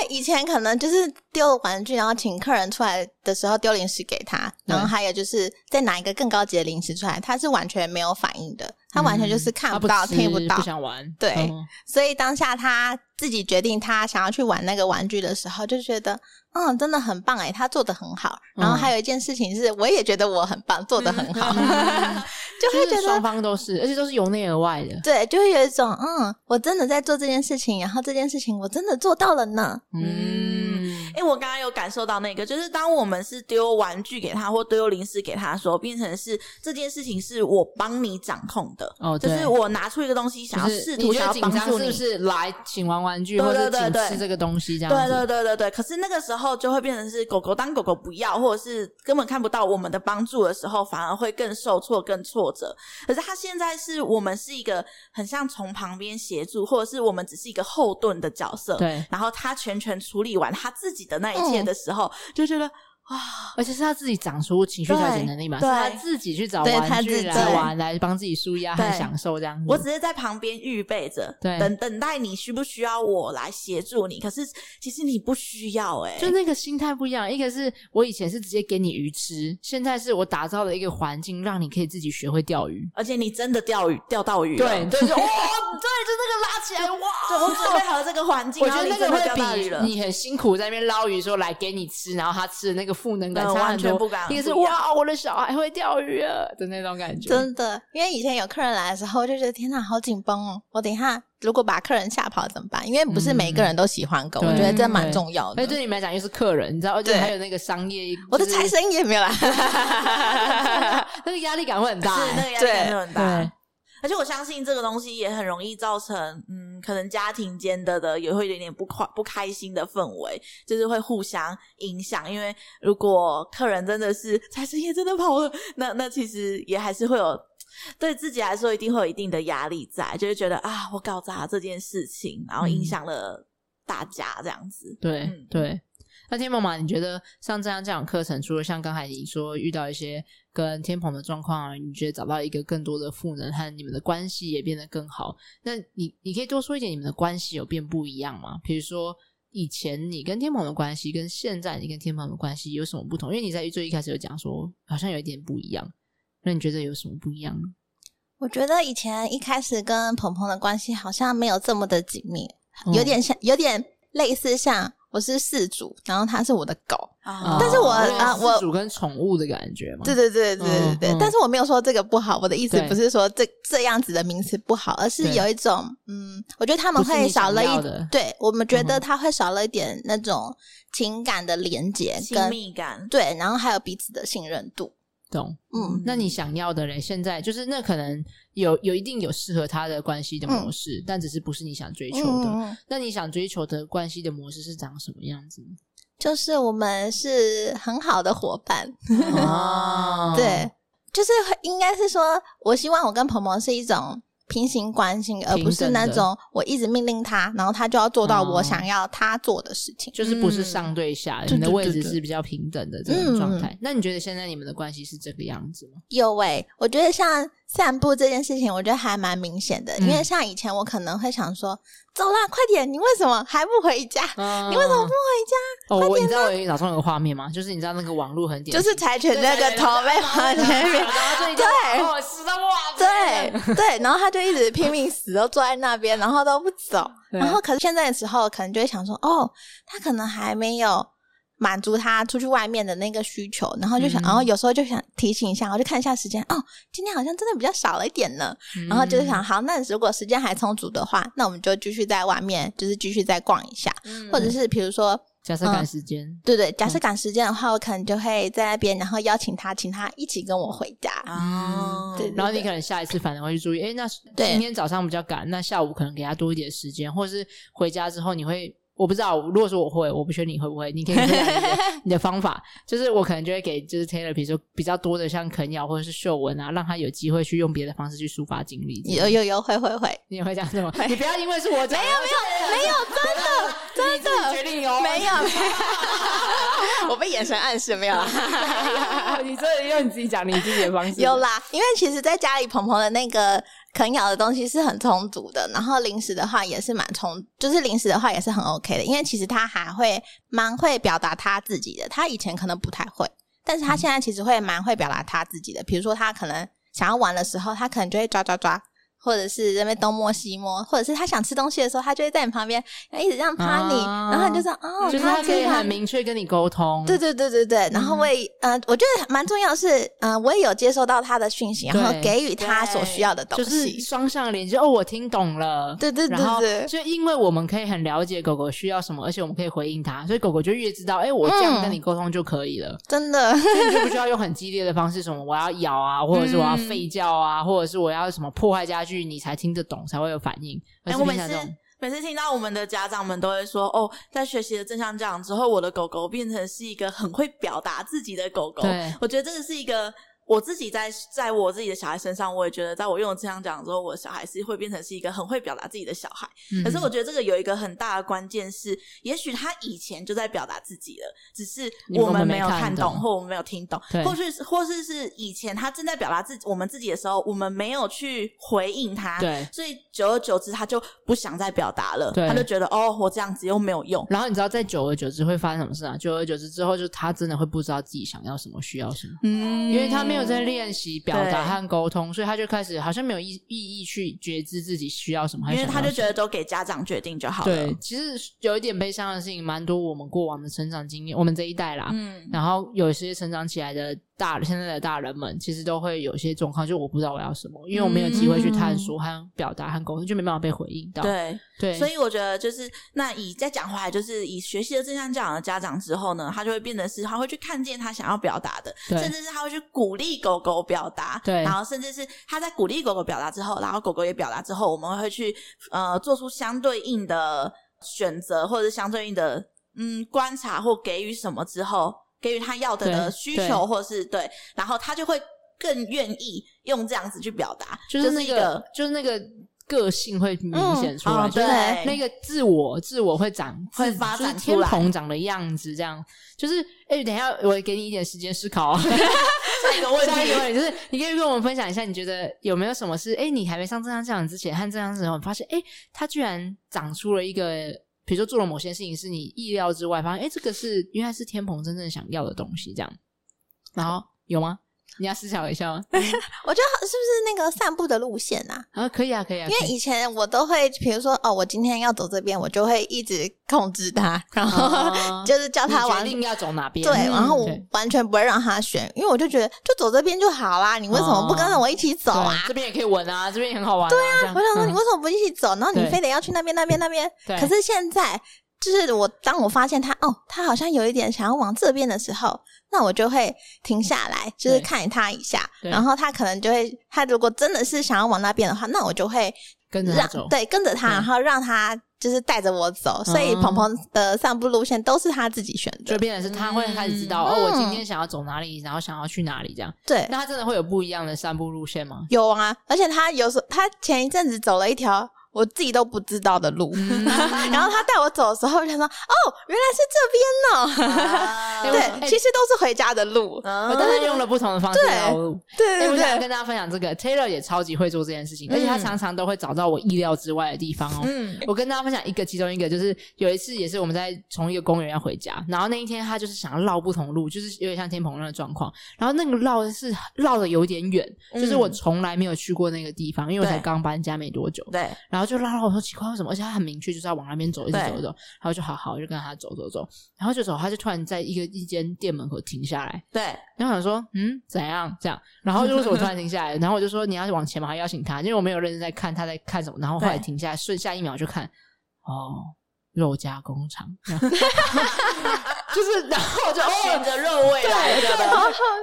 以前可能就是丢玩具，然后请客人出来的时候丢零食给他，对然后还有就是再拿一个更高级的零食出来，他是完全没有反应的，嗯他完全就是看他不到、吃听不到不，想玩。对嗯所以当下他自己决定他想要去玩那个玩具的时候，就觉得嗯，真的很棒哎、他做的很好。嗯然后还有一件事情是，我也觉得我很棒，做的很嗯好， 就会嗯就觉是双得。方都是，而且都是由内而外的。 对，就会有一种嗯，我真的在做这件事情，然后这件事情我真的做到了呢。嗯嗯，哎、我刚刚有感受到那个，就是当我们是丢玩具给他或丢零食给他的时候，变成是这件事情是我帮你掌控的，哦，就对是我拿出一个东西，想要就是试你图觉得想要紧帮张助是你不。是来请玩玩具，对或者对对请对吃这个东西这样对子？对对对对，可是那个时候就会变成是狗狗，当狗狗不要或者是根本看不到我们的帮助的时候，反而会更受挫、更挫折。可是它现在是我们是一个很像从旁边协助，或者是我们只是一个后盾的角色。对嗯然后他全权处理完他自己的那一切的时候，就觉得啊，而且是他自己长出情绪调节能力嘛，是对他对自己去找对他玩自具己来玩，来帮自己舒压和对享受这样子。我只是在旁边预备着，嗯对等等待你需不需要我来协助你。可是其实你不需要、欸，就那个心态不一样，一个是我以前是直接给你鱼吃，现在是我打造了一个环境，让你可以自己学会钓鱼。而且你真的钓鱼钓到鱼了，对，对，就是哇，我对，就那个拉起来，哇，我准备好了这个环境，我觉得那然后个你真的钓到会鱼了比，你很辛苦在那边捞鱼，说来给你吃，然后他吃的那个负能感嗯差很完全多。不敢一个是不一样哇，我的小孩会钓鱼了的那种感觉。真的，因为以前有客人来的时候，我就觉得天哪，好紧绷哦！我等一下如果把客人吓跑怎么办？因为不是每一个人都喜欢狗，嗯我觉得这蛮对重要而的且。对你们来讲又是客人，你知道，而且对还有那个商业，我的就是财，神爷没有啦， 那个压力感会很大、是那欸。个压力真的很对大。，而且我相信这个东西也很容易造成，嗯，可能家庭间的的也会有点不快不开心的氛围，就是会互相影响。因为如果客人真的是财神爷真的跑了，那那其实也还是会有对自己来说一定会有一定的压力在，就会觉得啊，我搞砸这件事情，然后影响了大家这样子。嗯对、嗯对。那天鹏嘛，你觉得像这样这样的课程，除了像刚才你说遇到一些跟天鹏的状况啊，你觉得找到一个更多的赋能和你们的关系也变得更好，那你你可以多说一点，你们的关系有变不一样吗？比如说以前你跟天鹏的关系，跟现在你跟天鹏的关系有什么不同？因为你在最一开始有讲说，好像有一点不一样，那你觉得有什么不一样呢？我觉得以前一开始嗯跟鹏鹏的关系好像没有这么的紧密，有点像，有点类似像我是饲主，然后它是我的狗。啊但是我哦有点啊我饲主跟宠物的感觉嘛，对对对对对对，嗯嗯但是我没有说这个不好，我的意思对不是说这这样子的名词不好，而是对有一种嗯，我觉得他们不是会你少想了要一，的，对我们觉得嗯他会少了一点那种情感的连接亲跟密感，对，然后还有彼此的信任度。懂？嗯，那你想要的嘞？现在就是那可能有有一定有适合他的关系的模式，但只是不是你想追求的。嗯嗯嗯嗯那你想追求的关系的模式是长什么样子？就是我们是很好的伙伴， 哦， 对，就是会应该是说，我希望我跟鹏鹏是一种平行关系，而不是平等那的种我一直命令他，然后他就要做到我哦想要他做的事情。嗯就是不是上对下，你们的对对位对置对嗯是比较平等的这种状态。那你觉得现在你们的关系是这个样子吗？有诶、我觉得像散步这件事情，我觉得还蛮明显的，因为嗯像以前我可能会想说，走啦，快点，你为什么还不回家？你为什么不回家？哦，我快你知道我脑中有个画面吗？就是你知道那个网络很哦点，就是柴犬那个头被放前面，对我吃的哦哇，对对，然后他就一直拼命死，都坐在那边，然后都不走。 对然后可是现在的时候，可能就会想说，哦，他可能还没有满足他出去外面的那个需求，然后就想，嗯然后有时候就想提醒一下，我就看一下时间，哦，今天好像真的比较少了一点呢。嗯然后就是想，好，那如果时间还充足的话，那我们就继续在外面，就是继续再逛一下，或嗯嗯者是比如说。假设赶时间，对对，嗯假设赶时间的话，我可能就会在那边，然后邀请他，请他一起跟我回家。啊，嗯对对然后你可能下一次反而会去注意，哎，那对今天早上比较赶，那下午可能给他多一点时间，或是回家之后你会。我不知道，如果说我会，我不确定你会不会，你可以分享 你的你的方法。就是我可能就会给就是 Taylor，比如说比较多的像啃咬或者是嗅闻啊，让他有机会去用别的方式去抒发精力。有有有，会会会，你也会这样子 吗？你不要因为是我讲，没有没有， 真的真的决定哦有没有， 我被眼神暗示没有啦， 你真的用你自己讲你自己的方式。有啦，因为其实在家里，鹏鹏的那个啃咬的东西是很充足的，然后零食的话也是蛮充，就是零食的话也是很 OK 的，因为其实他还会蛮会表达他自己的，他以前可能不太会，但是他现在其实会蛮会表达他自己的，比如说他可能想要玩的时候，他可能就会抓抓抓。或者是在那边东摸西摸，或者是他想吃东西的时候，他就会在你旁边一直这样趴你，啊然后你就说哦，就是他他要吃可以饭很明确跟你沟通。对对对对嗯对，然后我也、呃，我觉得蛮重要的是，呃，我也有接收到他的讯息，然后对给予他所需要的东就是西。双向连接。哦，我听懂了。对对对然后对，就因为我们可以很了解狗狗需要什么，而且我们可以回应它，所以狗狗就越知道，哎、我这嗯样跟你沟通就可以了，真的， 所以你就不需要用很激烈的方式，什么我要咬啊，或者是我要吠叫 啊，或者是我要什么破坏家具，你才听得懂，才会有反 应。而哎、是我平每常次这种每次听到我们的家长们都会说，哦，在学习了正向教养之后，我的狗狗变成是一个很会表达自己的狗狗。对我觉得这个是一个我自己在在我自己的小孩身上，我也觉得，在我用了正向教养之后，我的小孩是会变成是一个很会表达自己的小孩。嗯可是我觉得这个有一个很大的关键是，也许他以前就在表达自己了，只是你我们们没没有看看懂懂或我们没有听懂对，或是或是是以前他正在表达自己我们自己的时候，我们没有去回应他。对。所以久而久之，他就不想再表达了，对他就觉得哦，我这样子又没有用。然后你知道，在久而久之会发生什么事啊？久而久之之后，就他真的会不知道自己想要什么，需要什么。嗯因为他没有在练习表对达和沟通，所以他就开始好像没有意意义去觉知自己需要什么，因为他就觉得。得都给家长决定就好了。对，，其实有一点悲伤的事情，蛮多我们过往的成长经验，我们这一代啦，嗯，然后有些成长起来的大现在的大人们，其实都会有些状况，就我不知道我要什么，因为我没有机会去探索和表达和沟通，就没办法被回应到。嗯对，对，所以我觉得就是那以再讲回来，就是以学习了正向教养的家长之后呢，他就会变得是他会去看见他想要表达的，对甚至是他会去鼓励狗狗表达，对然后甚至是他在鼓励狗狗表达之后，然后狗狗也表达之后，我们会去呃做出相对应的选择，或者是相对应的嗯观察或给予什么之后，给予他要的的对需对求，或是对，然后他就会更愿意用这样子去表达，就是是那一个个就是那个个性会明显出来，哦就是对那个自我自我会长会自发展就是天出来蓬长的样子，这样就是哎、等一下我给你一点时间思 考、哦。下一个问下一题啊个。问题就是，你可以跟我们分享一下，你觉得有没有什么是哎、你还没上正向教养之前和正向之后，你发现哎、它居然长出了一个，比如说做了某些事情是你意料之外，发现哎、这个是原来是天蓬真正想要的东西，这样，然后有吗？你要思考一下吗？我觉得是不是那个散步的路线啊？啊，可以啊，可以啊，因为可以以前我都会，比如说哦，我今天要走这边，我就会一直控制他，然 后哦就是叫他你往决定要走哪边，对，嗯然后我对完全不会让他选，因为我就觉得就走这边就好啦，你为什么不跟着我一起走啊？对这边也可以闻啊，这边也很好玩啊。对啊我想说你为什么不一起走？然后你对非得要去那边那边那边？对可是现在就是我，当我发现他哦，他好像有一点想要往这边的时候，那我就会停下来，就是对看他一下，对然后他可能就会，他如果真的是想要往那边的话，那我就会跟着他让走，对跟着他，对然后让他就是带着我走。所以嗯鹏鹏的散步路线都是他自己选就的，变成是他会开始知嗯道、哦，我今天想要走哪里，然后想要去哪里这样。对。那他真的会有不一样的散步路线吗？有啊，而且他有时候他前一阵子走了一条我自己都不知道的路，嗯 然后他带我走的时候，我就想说哦，原来 是这边呢、啊对对，哎其实都是回家的路。我啊当然哦用了不同的方式呃对绕路。对哎对我想要对跟大家分享这个，Taylor 也超级会做这件事情，而且他嗯常常都会找到我意料之外的地方哦。嗯我跟大家分享一个，其中一个就是有一次也是我们在从一个公园要回家，然后那一天他就是想要绕不同路，就是有点像天蓬那个状况。然后那个绕的是绕的有点远，就是我从来没有去过那个地方，因为我才嗯对刚搬家没多久。对，然后就绕绕，我说奇怪为什么？而且他很明确就是要往那边走，一直对走一直走。然后就好好，我就跟他走走走，然后就走，他就突然在一个一间店门口停下来，对，然后想说，嗯，怎样这样？然后就是我突然停下 来，然后我就说你要往前嘛，还邀请他，因为我没有认真在看他在看什么。然后后来对停下来，瞬下一秒就看，哦，肉加工厂， 就是，然后我就选哦。择肉味来的，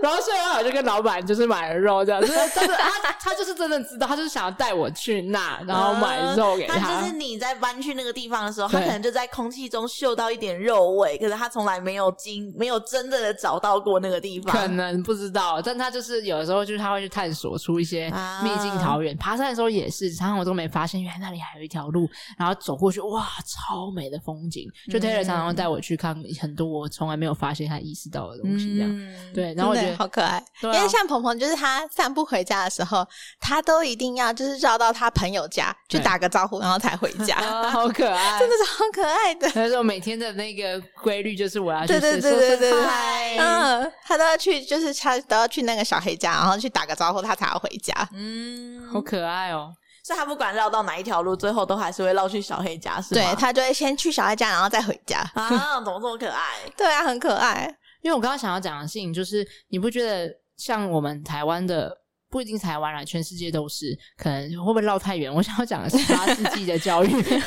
然后所以我就跟老板就是买了肉这样，就是但是他他就是真的知道，他就是想要带我去那，然后买肉给他嗯就是你在搬去那个地方的时候，他对可能就在空气中嗅到一点肉味，可是他从来没有经没有真正的找到过那个地方。可能不知道，但他就是有的时候就是他会去探索出一些啊秘境桃源。爬山的时候也是，常常我都没发现，原来那里还有一条路，然后走过去，哇，超美的风景。就 Taylor 常常会带我去看很多我从来没有发现他意识到的东西，这样、嗯，对。然后我觉真得的好可爱，对啊因为像鹏鹏，就是他散步回家的时候，他都一定要就是绕到他朋友家去对打个招呼，然后才回 家，啊好可爱，真的是好可爱的。他说每天的那个规律 就是我要去对对说对说对对对嗨，嗯，他都要去，就是他都要去那个小黑家，然后去打个招呼，他才要回家。嗯，好可爱哦、所以他不管绕到哪一条路，最后都还是会绕去小黑家，是对吗？他就会先去小黑家，然后再回家。啊，怎么这么可爱？对啊，很可爱。因为我刚刚想要讲的事情就是，你不觉得像我们台湾的？不一定台湾啦，全世界都是，可能会不会绕太远？我想要讲的是十八世纪的教育。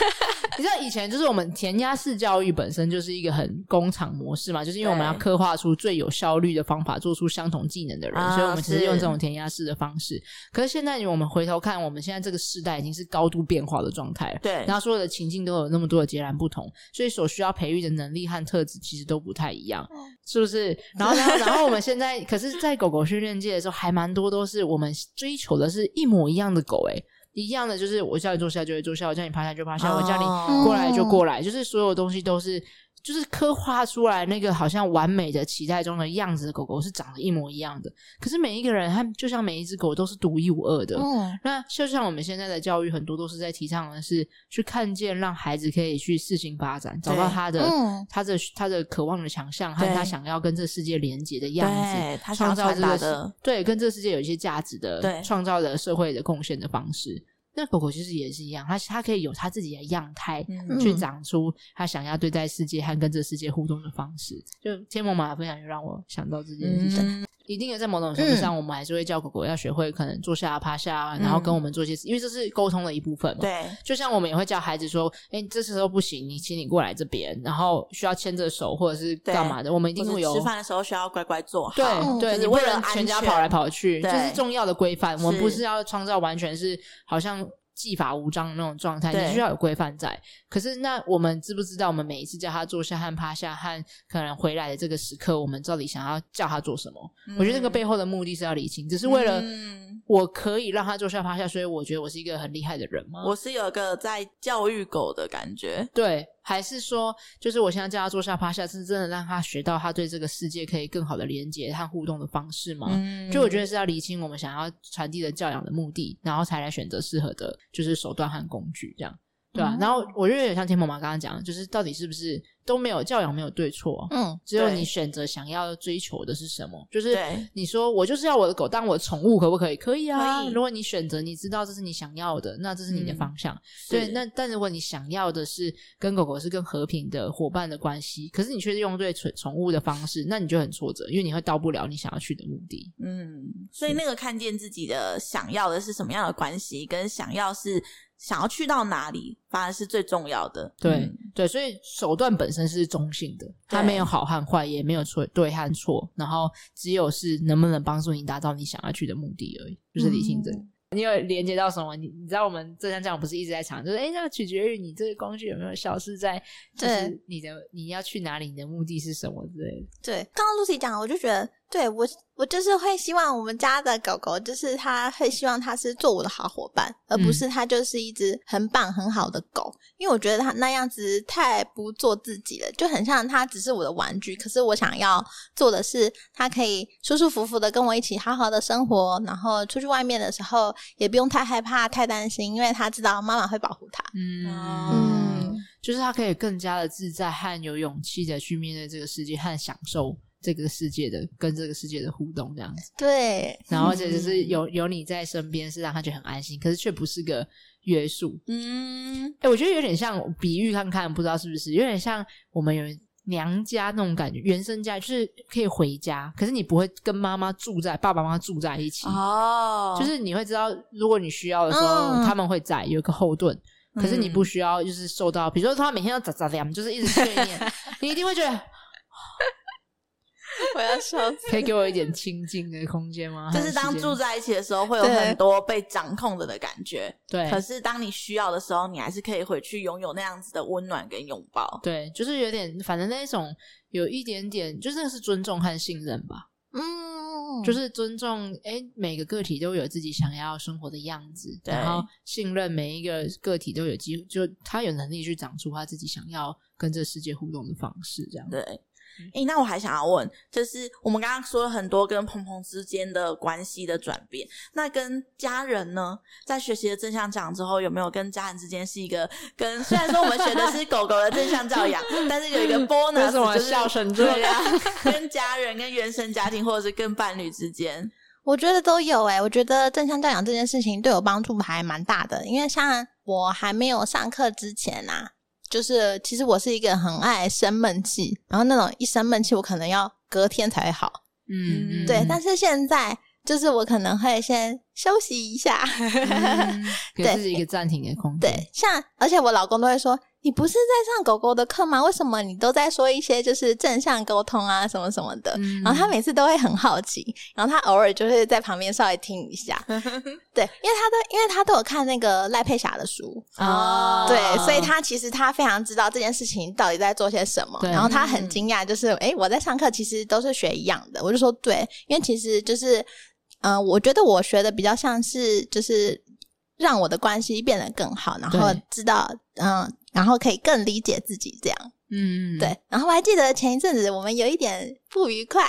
你知道以前就是我们填鸭式教育本身就是一个很工厂模式嘛，就是因为我们要对刻画出最有效率的方法，做出相同技能的人，啊所以我们只是用是这种填鸭式的方式。可是现在我们回头看，我们现在这个时代已经是高度变化的状态了，对然，后所有的情境都有那么多的截然不同，所以所需要培育的能力和特质其实都不太一样，哦是不是？然后，然后，然后我们现在可是，在狗狗训练界的时候，还蛮多都是我们追求的是一模一样的狗、欸，一样的就是我叫你坐下就会坐下，我叫你趴下就趴下，我叫你嗯哦过来就过来，就是所有东西都是。就是刻画出来那个好像完美的期待中的样子的狗狗是长得一模一样的，可是每一个人，它就像每一只狗都是独一无二哦的，嗯，那就像我们现在的教育，很多都是在提倡的是去看见，让孩子可以去事情发展，找到他的、嗯他的他的渴望的强项和对他想要跟这世界连接的样子，对，他想创要造这传达个世的，对跟这世界有一些价值的，对创造的社会的贡献的方式。那狗狗其实也是一样，它它可以有它自己的样态，嗯去长出它想要对待世界和跟这世界互动的方式。就天魔马的分享，就让我想到这件事情。嗯，一定的，在某种程度上，我们还是会叫狗狗要学会可能坐下、啊趴下，然后跟我们做一些事，因为这是沟通的一部分嘛。，嗯对，就像我们也会叫孩子说：“哎、这时候不行，你请你过来这边，然后需要牵着手或者是干嘛的。”我们一定或会是有吃饭的时候需要乖乖坐好，对、嗯对，就是你不为了能安全家全跑来跑去，这对是重要的规范。我们是不是要创造完全是好像技法无章的那种状态，对你需要有规范在。可是那我们知不知道，我们每一次叫他坐下和趴下和可能回来的这个时刻，我们到底想要叫他做什么？我觉得这个背后的目的是要理清，只是为了嗯我可以让他坐下趴下，所以我觉得我是一个很厉害的人吗？我是有一个在教育狗的感觉，对，还是说，就是我现在叫他坐下趴下，是真的让他学到他对这个世界可以更好的连接和互动的方式吗？嗯就我觉得是要理清我们想要传递的教养的目的，然后才来选择适合的，就是手段和工具这样。对啊哦嗯。然后我觉得有点像天蓬妈刚刚讲的，就是到底是不是都没有教养，没有对错，啊嗯，只有对你选择想要追求的是什么，就是对你说我就是要我的狗当我的宠物，可不可以？可以啊。可以如果你选择，你知道这是你想要的，那这是你的嗯方向。对，是那但如果你想要的是跟狗狗是更和平的伙伴的关系，可是你却是用对宠宠物的方式，那你就很挫折，因为你会到不了你想要去的目的。嗯，所以那个看见自己的想要的是什么样的关系，跟想要是想要去到哪里，反而是最重要的。对、嗯对，所以手段本身是中性的，它对没有好和坏，也没有错对和错，然后只有是能不能帮助你达到你想要去的目的而已，就是理性这嗯里。你有连接到什么？你你知道我们正向教养不是一直在讲，就是哎、诶那取决于你这个工具有没有消失在，就是对你的你要去哪里，你的目的是什么之类的。对，刚刚 Lucy 讲，我就觉得，对我我就是会希望我们家的狗狗，就是它会希望它是做我的好伙伴，而不嗯是它就是一只很棒很好的狗，因为我觉得它那样子太不做自己了，就很像它只是我的玩具。可是我想要做的是，它可以舒舒服服的跟我一起好好的生活，然后出去外面的时候也不用太害怕、太担心，因为它知道妈妈会保护它。嗯，嗯嗯，就是他可以更加的自在和有勇气的去面对这个世界和享受这个世界的跟这个世界的互动这样子。对，然后而嗯且就是有有你在身边，是让他觉得很安心，可是却不是个约束。嗯，哎、我觉得有点像比喻看看，不知道是不是有点像我们有娘家那种感觉，原生家就是可以回家，可是你不会跟妈妈住在爸爸妈妈住在一起，哦，就是你会知道，如果你需要的时候，嗯他们会在有一个后盾。可嗯是你不需要，就是受到，比如说他每天要咋咋凉，就是一直碎 念，你一定会觉得我要笑死。可以给我一点清静的空间吗？就是还当时间住在一起的时候，会有对很多被掌控着的感觉。对，可是当你需要的时候，你还是可以回去拥有那样子的温暖跟拥抱。对，就是有点，反正那一种有一点点，就是那个是尊重和信任吧，嗯，就是尊重，哎，每个个体都有自己想要生活的样子，对然后信任每一个个体都有机会，就他有能力去长出他自己想要跟这世界互动的方式，这样对，诶、那我还想要问，就是我们刚刚说了很多跟鹏鹏之间的关系的转变，那跟家人呢，在学习了正向教养之后，有没有跟家人之间是一个跟？虽然说我们学的是狗狗的正向教养，但是有一个 bonus，为什么就是啊笑成这样？跟家人、跟原生家庭，或者是跟伴侣之间，我觉得都有诶、我觉得正向教养这件事情对我帮助还蛮大的，因为像我还没有上课之前啊，就是其实我是一个很爱生闷气，然后那种一生闷气，我可能要隔天才会好。嗯，嗯对，但是现在就是我可能会先休息一下，嗯给对自己一个暂停的空间， 对，像而且我老公都会说，你不是在上狗狗的课吗？为什么你都在说一些就是正向沟通啊什么什么的？嗯然后他每次都会很好奇，然后他偶尔就会在旁边稍微听一 下，对，因为他都因为他都有看那个赖佩霞的书，啊，哦对，所以他其实他非常知道这件事情到底在做些什么，对嗯然后他很惊讶，就是诶，我在上课其实都是学一样的，我就说对，因为其实就是，嗯、我觉得我学的比较像是就是让我的关系变得更好，然后对知道，嗯、然后可以更理解自己这样，嗯，嗯，对，然后我还记得前一阵子我们有一点不愉快，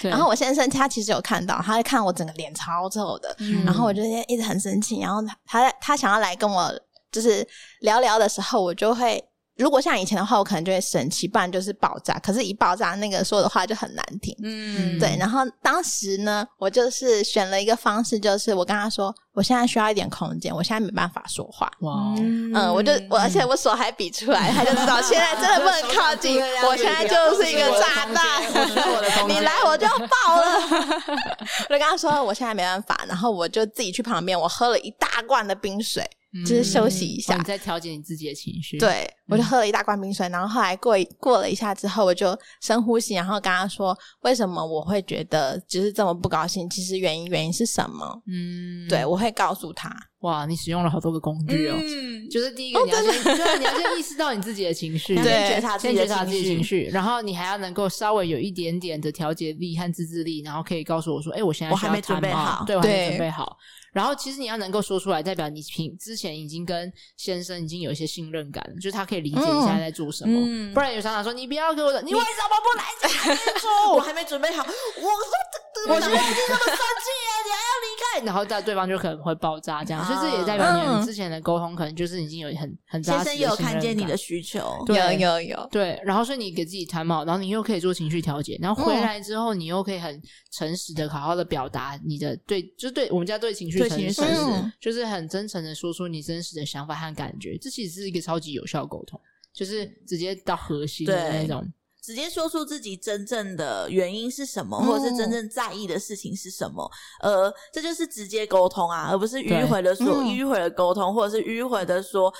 对然后我先生他其实有看到，他看我整个脸超臭的，嗯然后我就一直很生气。然后他他他想要来跟我就是聊聊的时候，我就会如果像以前的话，我可能就会生气，不然就是爆炸。可是，一爆炸那个说的话就很难听。嗯，对，然后当时呢，我就是选了一个方式，就是我跟他说，我现在需要一点空间，我现在没办法说话。哇哦，嗯嗯，我就我，而且我手还比出来，他就 知道现在真的不能靠近，我现在就是一个炸弹，你来我就要爆了。 我就跟他说我现在没办法，然后我就自己去旁边，我喝了一大罐的冰水，就是休息一嗯下哦你在调节你自己的情绪，，对我就喝了一大罐冰水，然后后来过一过了一下之后，我就深呼吸，然后跟他说为什么我会觉得就是这么不高兴，其实原因原因是什么？嗯，对，我会告诉他，哇，你使用了好多个工具哦。嗯，就是第一个，你要先，对，啊你要先意识到你自己的情 绪，要对先觉察啊自先己的觉察自己的情情绪，绪，然后你还要能够稍微有一点点的调节力和自制力，然后可以告诉我说，哎，我现在我还需要没准备谈吗好对，我还没对准备好。然后其实你要能够说出来，代表你平之前已经跟先生已经有一些信任感了，就是他可以理解你现在在做什么。嗯不然有常常说你不要给我的，你你为为什么不来这边说？我还没准备好，我说这这，我现在已经那么生气了，你还要离开哎然后在对方就可能会爆炸这样，啊所以这也代表你嗯们之前的沟通可能就是已经有很很扎实先的生也有信任看见你感的需求，对有有有，对，然后所以你给自己 time out，然后你又可以做情绪调节，然后回嗯来之后你又可以很诚实的、好好的表达你的对，就是对我们叫对情绪对诚情绪实，诚实嗯就是很真诚的说出你真实的想法和感觉，这其实是一个超级有效沟通，就是直接到核心的对那种。直接说出自己真正的原因是什么，嗯或者是真正在意的事情是什么。呃，这就是直接沟通啊，而不是迂回的说、嗯迂回的沟通，或者是迂回的说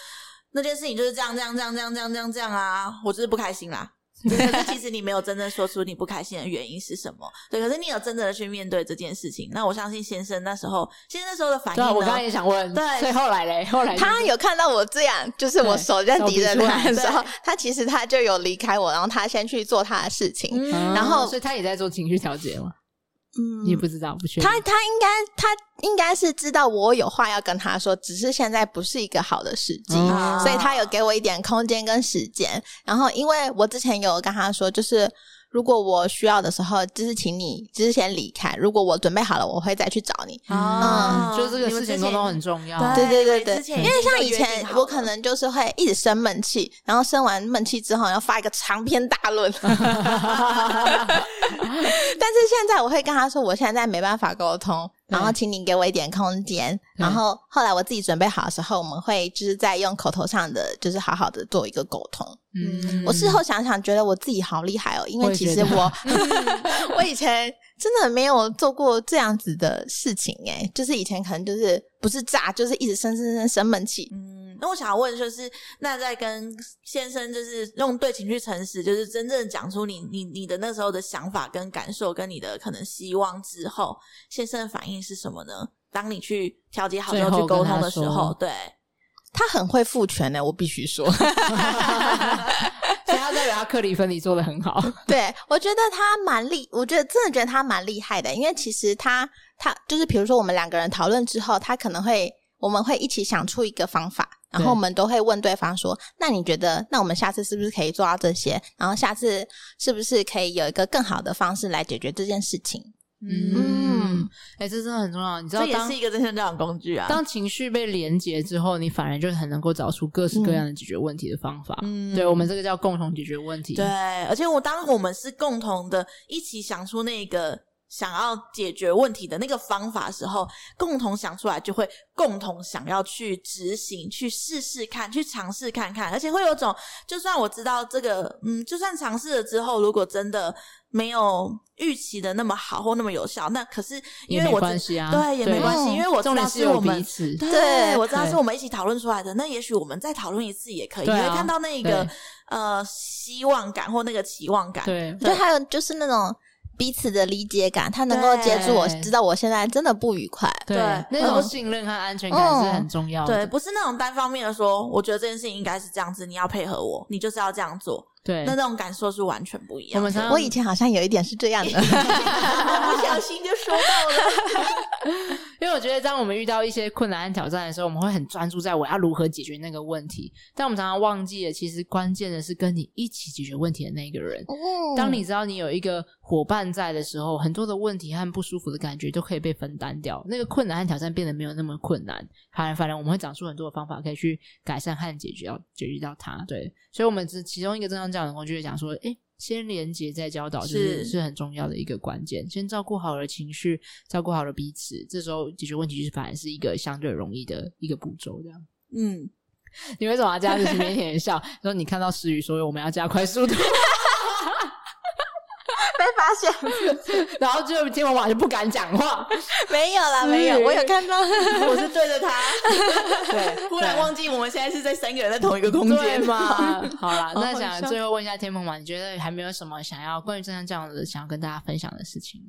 那件事情就是这样这样这样这样这样这样这样啊，我就是不开心啦。可是其实你没有真正说出你不开心的原因是什么，对，可是你有真正的去面对这件事情。那我相信先生那时候，先生那时候的反应对啊，呢，我刚刚也想问，对所以后来嘞，后来他有看到我这样，就是我对手在手敌比着出他来的时候对，他其实他就有离开我，然后他先去做他的事情。嗯然然后后啊所以他也在做情绪调节嘛，嗯你不知道不确定。他他应该他应该是知道我有话要跟他说，只是现在不是一个好的时机，嗯啊所以他有给我一点空间跟时间。然后因为我之前有跟他说，就是如果我需要的时候，就是请你就是先离开。如果我准备好了，我会再去找你。啊，嗯就是这个事情情沟通很重 要。对对对对之前已因为经像都以约定前好我了可能就是会一直生闷气，然后生完闷气之后，然后发一个长篇大论。嗯但是现在我会跟他说，我现在没办法沟通，对嗯然后请你给我一点空间。对然后后来我自己准备好的时候，我们会就是再用口头上的，就是好好的做一个沟通。嗯，我事后想想，觉得我自己好厉害哦，因我为也其觉实得 我我以前真的没有做过这样子的事情哎，就是以前可能就是不是炸，就是一直生生生生闷气。嗯，那我想要问，就是那在跟先生，就是用对情绪诚实，就是真正讲出你你你的那时候的想法跟感受，跟你的可能希望之后，先生的反应是什么呢？当你去调节好之最后后去沟通的时跟他说候，对，他很会赋权呢，我必须说。所以他代表他课离分离做的很好。对，我觉得他蛮厉，我觉得真的觉得他蛮厉害的，因为其实他他就是比如说我们两个人讨论之后，他可能会我们会一起想出一个方法，然后对我们都会问对方说，那你觉得那我们下次是不是可以做到这些？然后下次是不是可以有一个更好的方式来解决这件事情？嗯，哎、这真的很重要。你知道这也当是一个正向教养工具啊。当情绪被连接之后，你反而就很能够找出各式各样的解决问题的方法。嗯对我们这个叫共同解决问题。对，而且我当我们是共同的，一起想出那个想要解决问题的那个方法的时候，共同想出来就会共同想要去执行、去试试看、去尝试看看，而且会有种，就算我知道这个，嗯，就算尝试了之后，如果真的没有预期的那么好或那么有效，那可是因也为没我关知系啊。嗯对也没关系，因为我知重道点是是有我彼们此。对，我知道对是我们一起讨论出来的。那也许我们再讨论一次也可以，你对啊会看到那个对呃希望感或那个期望感。对我觉得还有就是那种彼此的理解感，他能够接住我，对知道我现在真的不愉快。对对嗯那种信任和安全感是很重要对，的。不是那种单方面的说，我觉得这件事情应该是这样子，你要配合我，你就是要这样做。对那那种感受是完全不一我样的。们常常我以前好像有一点是这样的。 嗯不小心就说到了，因为我觉得，当我们遇到一些困难和挑战的时候，我们会很专注在我要如何解决那个问题，但我们常常忘记了，其实关键的是跟你一起解决问题的那个人。哦当你知道你有一个伙伴在的时候，很多的问题和不舒服的感觉都可以被分担掉，那个困难和挑战变得没有那么困难。反而，反而我们会找出很多的方法可以去改善和解决到解决到它。对，所以我们这其中一个正向教养的工具，讲说，诶，先连接再教导，就是是是很重要的一个关键。先照顾好了情绪，照顾好了彼此，这时候解决问题就是反而是一个相对容易的一个步骤。这样，嗯，你为什么要这样子轻蔑甜笑？ 说你看到诗雨说我们要加快速度， 被发现。然后就天王马就不敢讲话。 没有啦，是没有，我有看到。我是对着他， 对，忽然忘记我们现在是在三个人在同一个空对间嘛？ 好啦，那好想笑最后问一下天蓬嘛，你觉得还没有什么想要关于正向这样的想要跟大家分享的事情呢？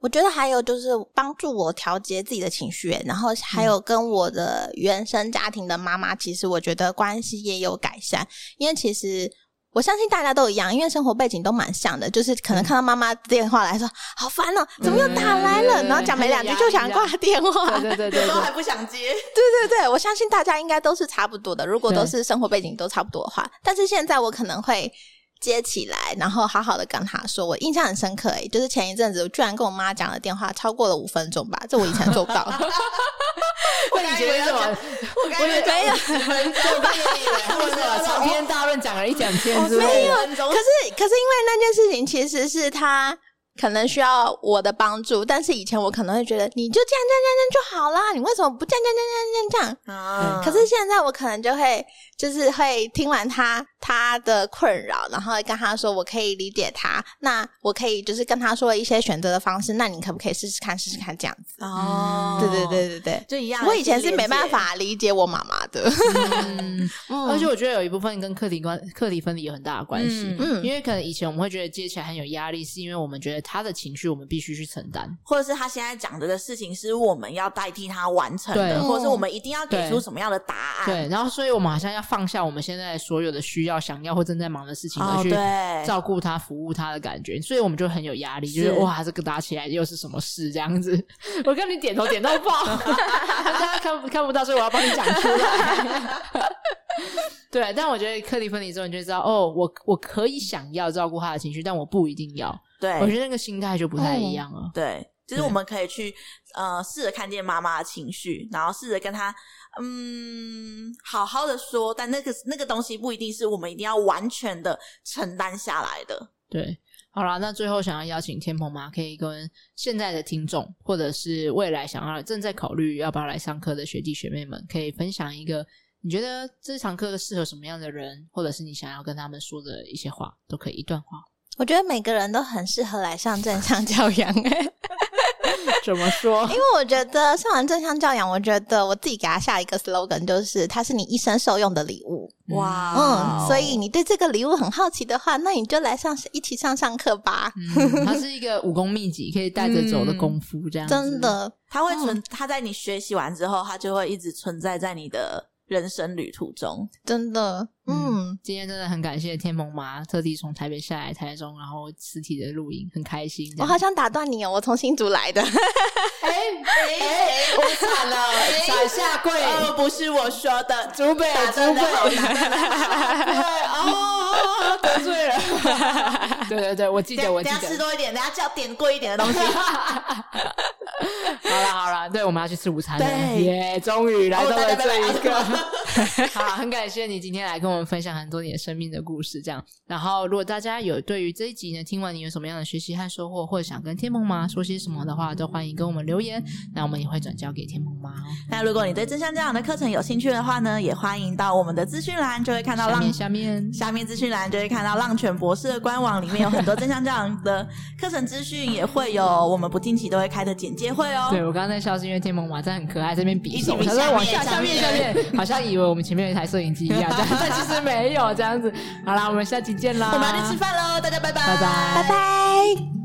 我觉得还有就是帮助我调节自己的情绪，然后嗯还有跟我的原生家庭的妈妈，其实我觉得关系也有改善，因为其实。我相信大家都一样，因为生活背景都蛮像的，就是嗯可能看到妈妈电话来说好烦哦，怎么又打来了？嗯然后讲没两句就想挂电话。对对对有时候还对不想接。对对对，我相信大家应该都是差不多的。如果对都是生活背景都差不多的话，但是现在我可能会接起来，然后好好的跟他说。我印象很深刻、欸，诶，就是前一阵子我居然跟我妈讲的电话超过了五分钟吧，这我以前做 不到。 我以前是我，我我刚也才没有，我刚也为了长篇大论讲了一两天之没类有的，分钟可，是可是因为那件事情其实是他可能需要我的帮助，但是以前我可能会觉得你就这样这样这样这样就好啦，你为什么不这样这样这样这样这样这样？啊可是现在我可能就会，就是会听完他他的困扰，然后跟他说我可以理解他，那我可以就是跟他说一些选择的方式，那你可不可以试试看试试看这样子？哦，嗯对对，对对对。就一样。我以前是没办，法理解我妈妈的， 嗯，嗯而且我觉得有一部分跟课题关课题分离有很大的关系。嗯嗯因为可能以前我们会觉得接起来很有压力，是因为我们觉得他的情绪我们必须去承担。或者是他现在讲的的事情是我们要代替他完成对的，或者是我们一定要给出对什么样的答案？对，然后所以我们好像要放下我们现在所有的需要、想要或正在忙的事情，哦而去对照顾他、服务他的感觉，所以我们就很有压力，就是是哇，这个打起来又是什么事这样子？我跟你点头点到爆， 大家看不看不到，所以我要帮你讲出来。 对，但我觉得克里芬离之后，你就知道哦，我我可以想要照顾他的情绪，但我不一定要。我觉对得那个心态就不太一样了。对，就是对我们可以去呃试着看见妈妈的情绪，然后试着跟她嗯好好的说，但那个那个东西不一定是我们一定要完全的承担下来的。对，好啦，那最后想要邀请天蓬妈，可以跟现在的听众，或者是未来想要正在考虑要不要来上课的学弟学妹们，可以分享一个你觉得这堂课适合什么样的人，或者是你想要跟他们说的一些话，都可以一段话。我觉得每个人都很适合来上正向教 养、欸 怎么说因？为我觉得上完正向教养，我觉得我自己给他下一个 slogan 就是，它是你一生受用的礼物。哇哦，嗯，所以你对这个礼物很好奇的话，那你就来上一起上上课吧。 嗯，它是一个武功秘籍，可以带着走的功夫，这样子嗯真。的，它会存，它在你学习完之后，它就会一直存在在你的人生旅途中。真的，嗯嗯，今天真的很感谢天蓬妈特地从台北下来台中，然后实体的录影，很开心这样。我好想打断你哦，我从新竹来的，哎哎，我惨了，哎闪下跪，哦，不是我说的，祖北打祖断北的好，打断的好对 哦，得罪人。 对对对，我记等得，我下等记下吃得。多一点，等下叫点贵一点的东西。 好了好了，对，我们要去吃午餐了，对耶！终于来到了这一个哦拜拜拜。 好，很感谢你今天来跟我们分享很多你的生命的故事，这样。然后，如果大家有对于这一集呢，听完你有什么样的学习和收获，或者想跟天蓬妈说些什么的话，都欢迎跟我们留言，那我们也会转交给天蓬妈哦。 那如果你对真相教养的课程有兴趣的话呢，也欢迎到我们的资讯栏，就会看到下浪面下面，下面资讯栏就会看到浪犬博士的官网，里面有很多真相教养的课程资讯，也会有我们不定期都会开的简介会哦。对我刚刚在笑是因为天蓬马在很可爱，这边比手，一起比他在往下下面下面下下面面，好像以为我们前面有一台摄影机一样，这样但其实没有这样子。好啦，我们下期见啦，我们要去吃，饭喽，大家拜拜，拜拜，拜拜拜。